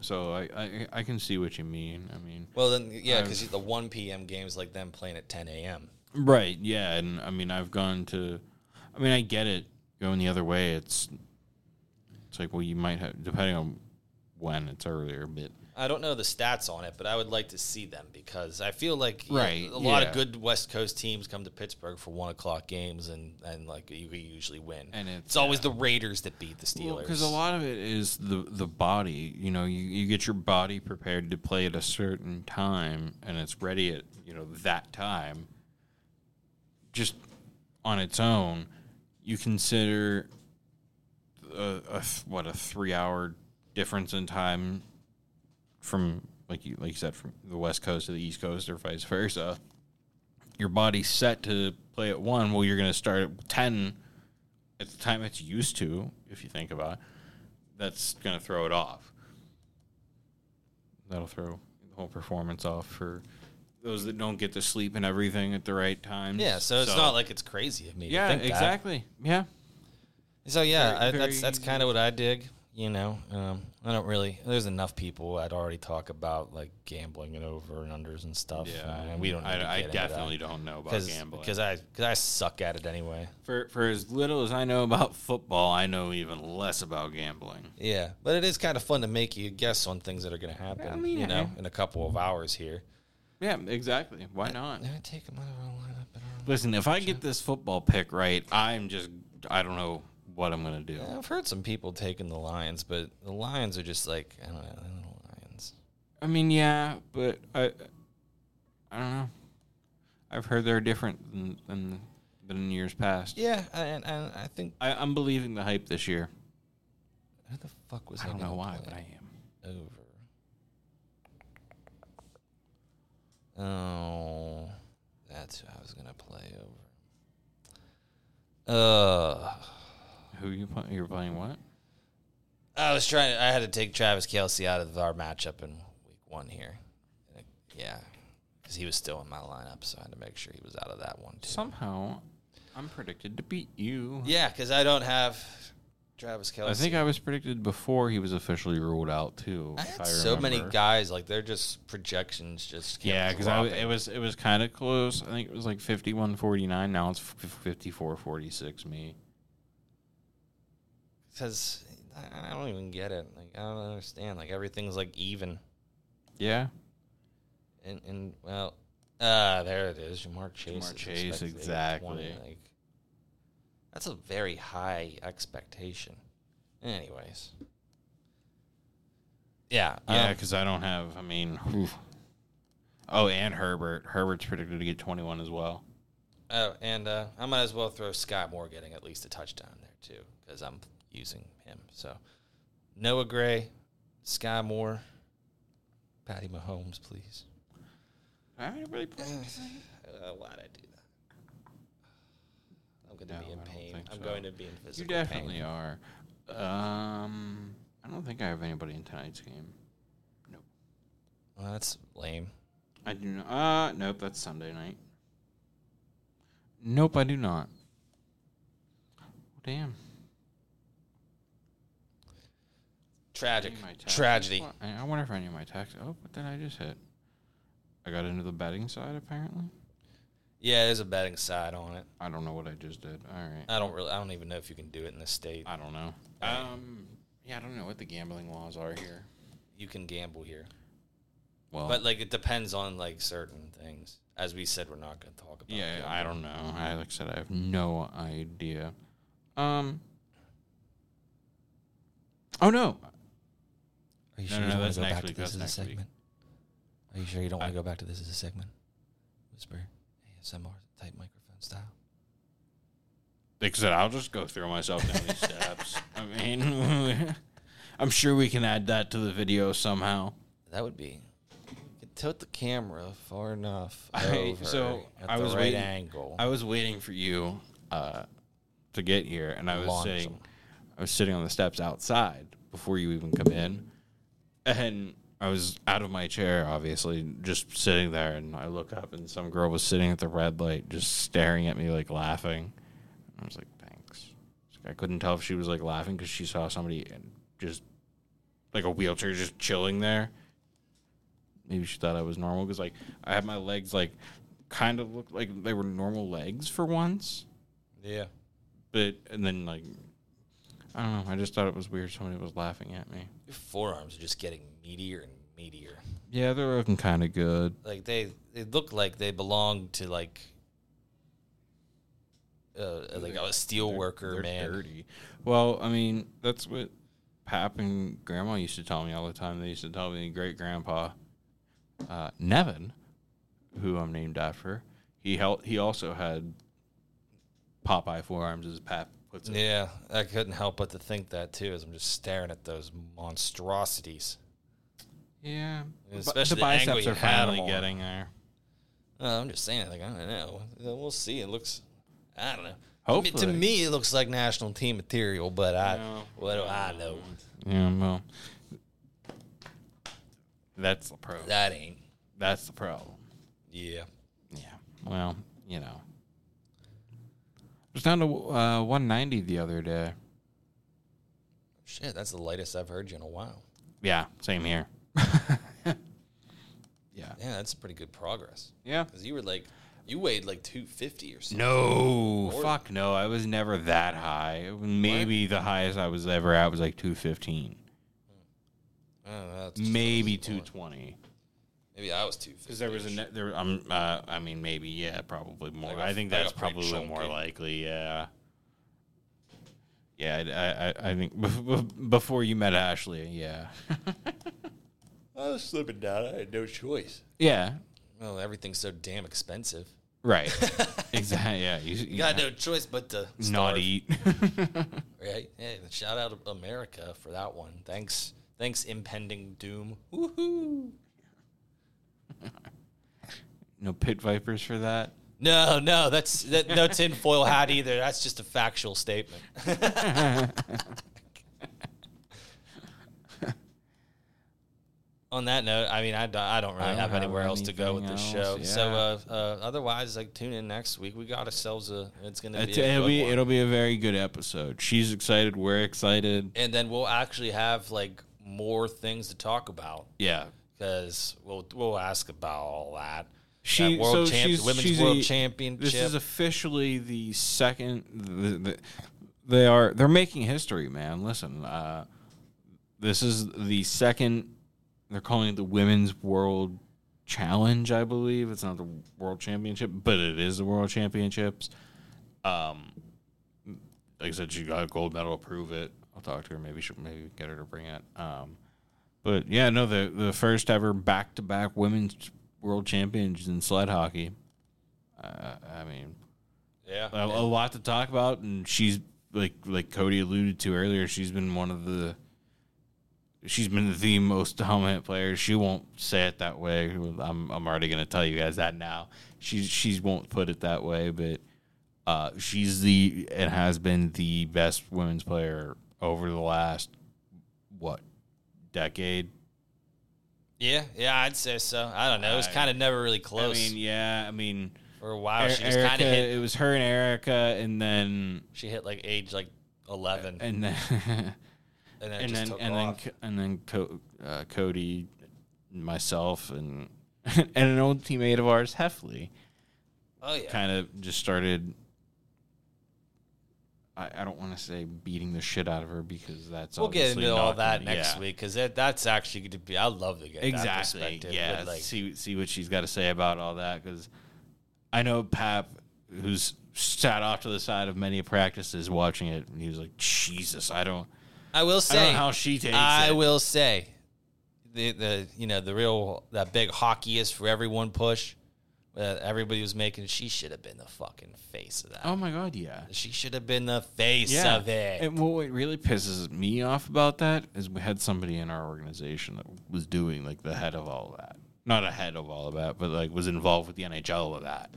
So I, I I can see what you mean. I mean, Well, then yeah, Um, because the one p.m. games like them playing at ten a.m. Right. Yeah, and I mean, I've gone to. I mean, I get it going the other way. It's. It's like well, you might have depending on when it's earlier, but I don't know the stats on it, but I would like to see them because I feel like you Right, know, a lot yeah. of good West Coast teams come to Pittsburgh for one o'clock games, and and like you we usually win. And it's- always the Raiders that beat the Steelers. because a lot of it is the the body. You know, you, you get your body prepared to play at a certain time, and it's ready at you know that time. Just on its own, you consider a, a th- what a three hour difference in time from like you like you said from the west coast to the east coast or vice versa. Your body's set to play at one. Well, you're going to start at ten at the time it's used to, if you think about it, that's going to throw it off. That'll throw the whole performance off for those that don't get to sleep and everything at the right time. yeah, so it's not like it's crazy of me. Yeah, to think that. exactly. Yeah. So yeah, Very- I, very that's that's easy. kind of what I dig. You know, um, I don't really. There's enough people I'd already talk about like gambling and over and unders and stuff. and we don't. need to I, I get into that. definitely don't know about Cause, gambling. Because I, cause I suck at it anyway. for for as little as I know about football, I know even less about gambling. Yeah, but it is kind of fun to make you guess on things that are going to happen. I mean, you know, yeah. in a couple of hours here. Yeah, exactly. Why not? Did I take another lineup? I don't Listen, if I get this football pick right, I'm just I don't know what I'm going to do. know. I've heard some people taking the Lions, but the Lions are just like I don't know, I don't know Lions. I mean, yeah, but I, I don't know. I've heard they're different than than, than in years past. Yeah, and, and I think I, I'm believing the hype this year. who the fuck was I don't gonna know why, but play I am. over? Oh, that's who I was gonna play over. Uh, Ugh. Who you playing? You're playing what? I was trying. I had to take Travis Kelsey out of our matchup in week one here. Yeah, because he was still in my lineup, so I had to make sure he was out of that one too. Somehow, I'm predicted to beat you. Yeah, because I don't have Travis Kelsey. I think I was predicted before he was officially ruled out too. I if had so many remember. guys like they're just projections. Just kept Yeah, because dropping. it was it was kind of close. I think it was like 51-49. Now it's 54-46 Me. 'Cause I I don't even get it. Like I don't understand. Like everything's like even. Yeah. And, and well, uh, there it is. Jamar Chase. Jamar is Chase, expected to get 20, exactly. like, that's a very high expectation. Anyways. Yeah. Yeah, um, because I don't have. I mean, whew. oh, and Herbert. Herbert's predicted to get twenty-one as well. oh, and uh, I might as well throw Sky Moore getting at least a touchdown there, too, because I'm using him. So Noah Gray, Sky Moore, Patty Mahomes, please. I haven't really Eh, Uh, why'd I do that? I'm going to No, be I in don't pain. think I'm so. going to be in physical You pain. definitely are. Um, I don't think I have anybody in tonight's game. Well, that's lame. I do not. Uh, nope, that's Sunday night. Nope, I do not. Damn. Tragic. My tax- Tragedy. I I wonder if I knew my tax. Oh, what did I just hit? I got into the betting side apparently. Yeah, there's a betting side on it. I don't know what I just did. All right. I don't really. I don't even know if you can do it in this state. I don't know. Um. Yeah, I don't know what the gambling laws are here. You can gamble here, Well, but like it depends on like certain things. As we said, we're not going to talk about. yeah, gambling. I don't know. I like I said, I have no idea. Um. Oh no. Are you No, sure no, you no, don't want that's to go next back week, to this as that's a next week. segment? Are you sure you don't want to go back to this as a segment? Whisper ASMR type microphone style. Like I said, I'll just go through myself down these steps. I mean, I'm sure we can add that to the video somehow. That would be. You could tilt the camera far enough. I- over so at I the was right waiting- angle. I was waiting for you uh, to get here, and I was Launch sitting, 'em. I was sitting on the steps outside before you even come in, and I was out of my chair, obviously, just sitting there, and I look up, and some girl was sitting at the red light, just staring at me, like laughing. I was like, "Thanks." It's like, I couldn't tell if she was like laughing because she saw somebody and just like a wheelchair just chilling there. Maybe she thought I was normal because like I had my legs like kind of looked like they were normal legs for once, yeah. but and then like I don't know. I just thought it was weird. Somebody was laughing at me. Your forearms are just getting meatier and meatier. Yeah, they're looking kind of good. Like they, they look like they belong to like, uh, like a steel worker They're man. dirty. Well, I mean that's what Pap and Grandma used to tell me all the time. They used to tell me great grandpa uh, Nevin, who I'm named after. He held. He also had Popeye forearms, as Pap puts it. Yeah, I couldn't help but to think that too. As I'm just staring at those monstrosities. Yeah, And especially the angle you had him on. there. Uh, I'm just saying, like I don't know. Uh, We'll see. It looks, I don't know. to Hopefully. me, it looks like national team material, but I, No. what do I know? Yeah, well, that's the problem. That ain't. That's the problem. Yeah. Yeah. Well, you know, it was down to uh, 190 the other day. Shit, that's the lightest I've heard you in a while. Yeah, same here. yeah. Yeah, that's pretty good progress. Yeah. Because you were like, you weighed like 250 or something. No, fuck no. I was never that high. Maybe the highest I was ever at was like 215. I don't know, Oh, that's just- Maybe 220. Maybe I was 250. Because there was a net, there. Um, uh, I mean, maybe yeah, probably more. Like a- I think like that's a pretty probably more chunky. likely. Yeah. Yeah, I, I, I- I think bef- bef- before you met Ashley, yeah, I was slipping down. I had no choice. yeah, Well, everything's so damn expensive. right, exactly. Yeah, you, you You got no choice but to not starve, eat. Right? Hey, shout out to America for that one. Thanks, thanks, impending doom. Woohoo! no pit vipers for that. No, no, that's that, no tinfoil hat either. That's just a factual statement. On that note, I mean, I, do- I don't really I don't have have anywhere else to go with this anything show. else, So, uh, yeah. uh, otherwise, like, tune in next week. We got ourselves a. It's gonna be. It's, a it'll good be one. it'll be a very good episode. She's excited. We're excited. and then we'll actually have like more things to talk about Yeah, because we'll we'll ask about all that. She That world so champ- she's, women's she's world a- championship. This is officially the second. The, the, they are they're making history, man. Listen, uh, this is the second. They're calling it the Women's World Challenge, I believe. It's not the World Championship, but it is the World Championships. Um, like I said, she got a gold medal. Prove it. I'll talk to her. Maybe she maybe we can get her to bring it. Um, but yeah, no, the the first ever back to back women's world champions in sled hockey. Uh, I mean, yeah, a, a lot to talk about, and she's like like Cody alluded to earlier. She's been one of the she's been the most dominant player. She won't say it that way. I'm I'm already gonna tell you guys that now. She she won't put it that way, but uh, she's the and has been the best women's player over the last what decade yeah, yeah. I'd say so. I don't know. It was I- kind of never really close I mean, yeah. I mean, for a while. she Er- just kind Erica. of hit. It was her and Erica, and then She hit like age like eleven, and, and then then it and just then took and then off. Co- and then Co- uh, Cody, myself, and and an old teammate of ours, Heffley. Oh yeah. kind of just started. I, I don't want to say beating the shit out of her because that's We'll get obviously into all not that gonna- next yeah. week because that, that's actually going to be. I love to get that Exactly. perspective. Yeah. but, like, see see what she's got to say about all that because I know Pap, who's sat off to the side of many practices watching it, and he was like, "Jesus, I don't, I will I don't say, know how she takes I it." will say, the the you know the real that big hockey is for everyone push that everybody was making. She should have been the fucking face of that. oh my god, yeah. She should have been the face of it. And well, what really pisses me off about that is we had somebody in our organization that was doing like the head of all that. Not a head of all of that, but like was involved with the NHL with that.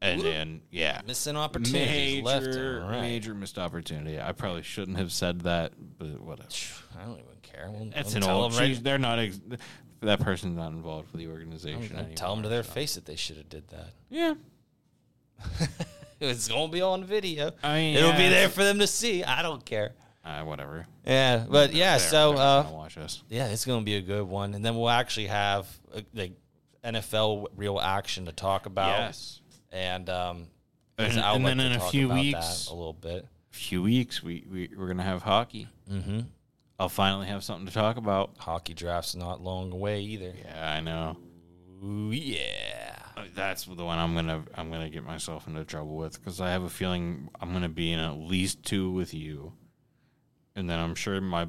And then yeah. Missing opportunities left and right. major missed opportunity. I probably shouldn't have said that, but whatever. I don't even care. We'll, That's we'll an tell old. them right- she's- They're not. Ex- that person's not involved with the organization. I'll anymore. tell them to their face that they should have did that. Yeah. It's gonna be on video. I mean, It'll be yeah, there for them to see. I don't care. Uh, whatever. Yeah, but yeah. They're- so they're uh, not gonna watch us. Yeah, it's going to be a good one, and then we'll actually have uh, like NFL real action to talk about. Yes. and um, And- 'cause I would and then to in a talk few about that weeks- a little bit. few weeks we, we we're gonna have hockey. Mm-hmm. I'll finally have something to talk about. Hockey draft's not long away either. Yeah, I know. Ooh, yeah. That's the one I'm gonna I'm gonna get myself into trouble with because I have a feeling I'm gonna be in at least two with you, and then I'm sure my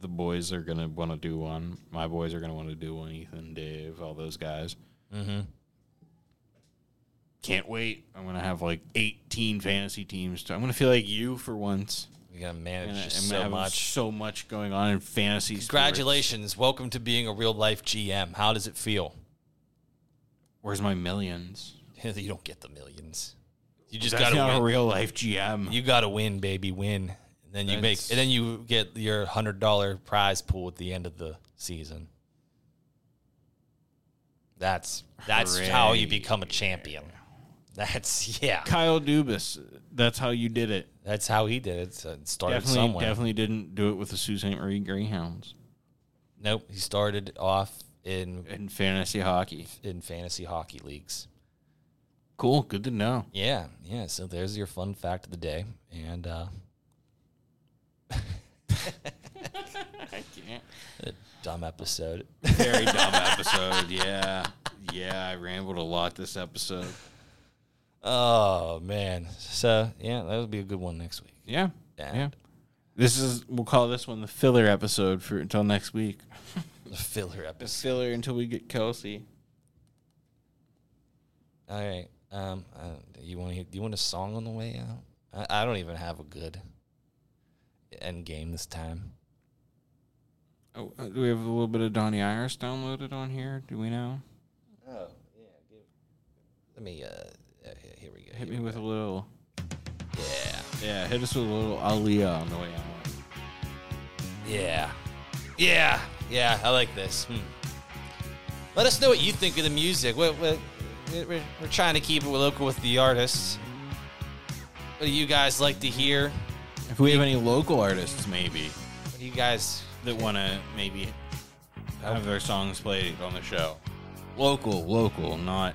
the boys are gonna want to do one. My boys are gonna want to do one. Ethan, Dave, all those guys. Mm-hmm. Can't wait. I'm gonna have like 18 fantasy teams. To, I'm gonna feel like you for once. You're gonna manage And I- just I'm so having much. so much going on in fantasy. sports. Congratulations, welcome to being a real life GM. How does it feel? Where's my millions? you don't get the millions. You just That's gotta not win. a real life GM. you gotta win, baby, win. And then you make, That's- and then you get your hundred dollar prize pool at the end of the season. That's that's how you become a champion. That's yeah. Kyle Dubas. That's how you did it. That's how he did it. So it started Definitely, somewhere. definitely didn't do it with the Sault Ste. Marie Greyhounds Nope, he started off in in fantasy hockey. in fantasy hockey leagues. Cool. Good to know. Yeah, yeah. So there's your fun fact of the day, and uh, dumb episode. Very dumb episode. Yeah. Yeah. I rambled a lot this episode. oh man. So yeah, that'll be a good one next week. Yeah. Yeah. Yeah. This is, we'll call this one the filler episode for until next week. The filler episode. Filler until we get Kelsey. All right. Um, I don't- you want to? Do you want a song on the way out? I, I don't even have a good end game this time. Oh, uh, do we have a little bit of Donnie Iris downloaded on here? Do we know? Oh yeah. Give, let me. Uh, uh, here- here we go. Hit here me with a little. we- Yeah. Yeah, hit us with a little Aliyah on the way out. Yeah. Yeah. Yeah. I like this. Hmm. Let us know what you think of the music. What, what, we're, we're trying to keep it local with the artists. What do you guys like to hear? If we have any local artists, maybe What do you guys? that want to maybe have their songs played on the show, local, local, not.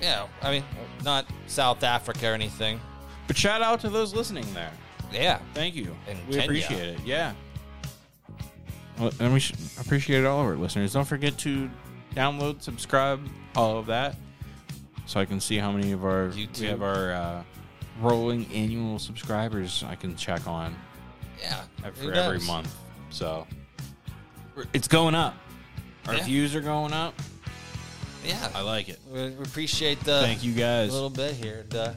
Yeah. I mean, not South Africa or anything. But shout out to those listening there. Yeah. Thank you. And we Kenya. appreciate it. Yeah. Well, and we should appreciate all of our listeners. Don't forget to download, subscribe, all of that, so I can see how many of our YouTube. we have our uh, rolling annual subscribers. I can check on Yeah. for every month. So we're- it's going up. Our Yeah. views are going up. Yeah. I like it. we we appreciate the Thank you guys. a little bit here. and, uh,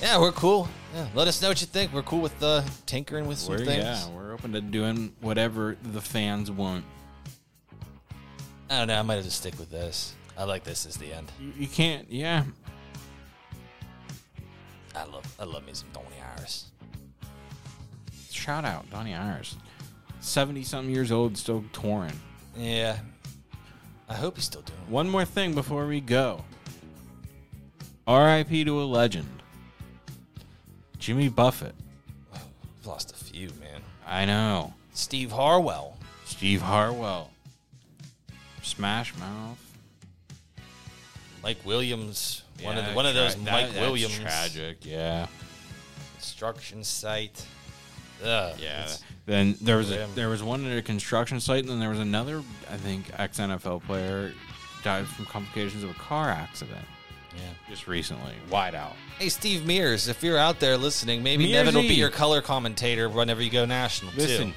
yeah, we're cool. Yeah, let us know what you think. We're cool with uh, tinkering with some We're, things. yeah, we're open to doing whatever the fans want. I don't know. I might just stick with this. I like this as the end. You, you can't. Yeah, I love I love me some Tony Iris. shout out Donnie Iris, seventy something years old, still touring. Yeah. I hope he's still doing. One more thing before we go. R.I.P. to a legend, Jimmy Buffett. We've lost a few, man. I know. Steve Harwell. Steve Harwell, Smash Mouth. Mike Williams, one of Yeah, the, one of those tra- that- Mike that's Williams Tragic, yeah, construction site. Ugh, yeah. it's- Then there was a, Grim. there was one at a construction site, and then there was another. I think ex NFL player died from complications of a car accident yeah. just recently. Wide out. Hey, Steve Mears, if you're out there listening, maybe Nevin will be Mearsy. your color commentator whenever you go national, Listen, too.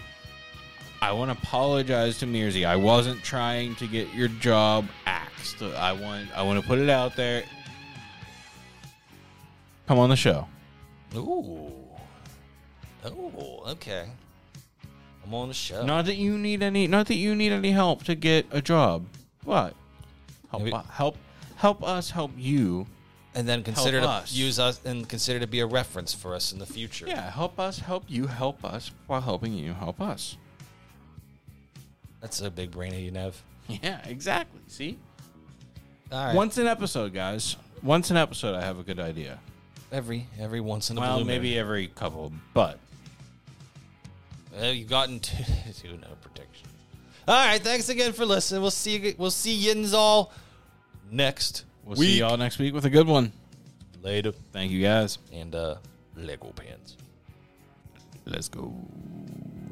I want to apologize to Mirzy. I wasn't trying to get your job axed. I want I want to put it out there. Come on the show. Ooh. Oh, okay. I'm on the show. Not that you need any. Not that you need any help to get a job. What? Help Maybe- u- help help us help you. and then consider to Help us. use us and consider to be a reference for us in the future. Yeah, help us help you help us while helping you help us. That's so big brain of you, Nev. Yeah, exactly. See, All right. once an episode, guys. Once an episode, I have a good idea. every every once in a Well, blue maybe every couple, but moon. Uh, you've gotten to, to no prediction. All right, thanks again for listening. We'll see you we'll see yins all next we'll week. see y'all next week with a good one. later Thank you, guys. and uh Lego pants. Let's go.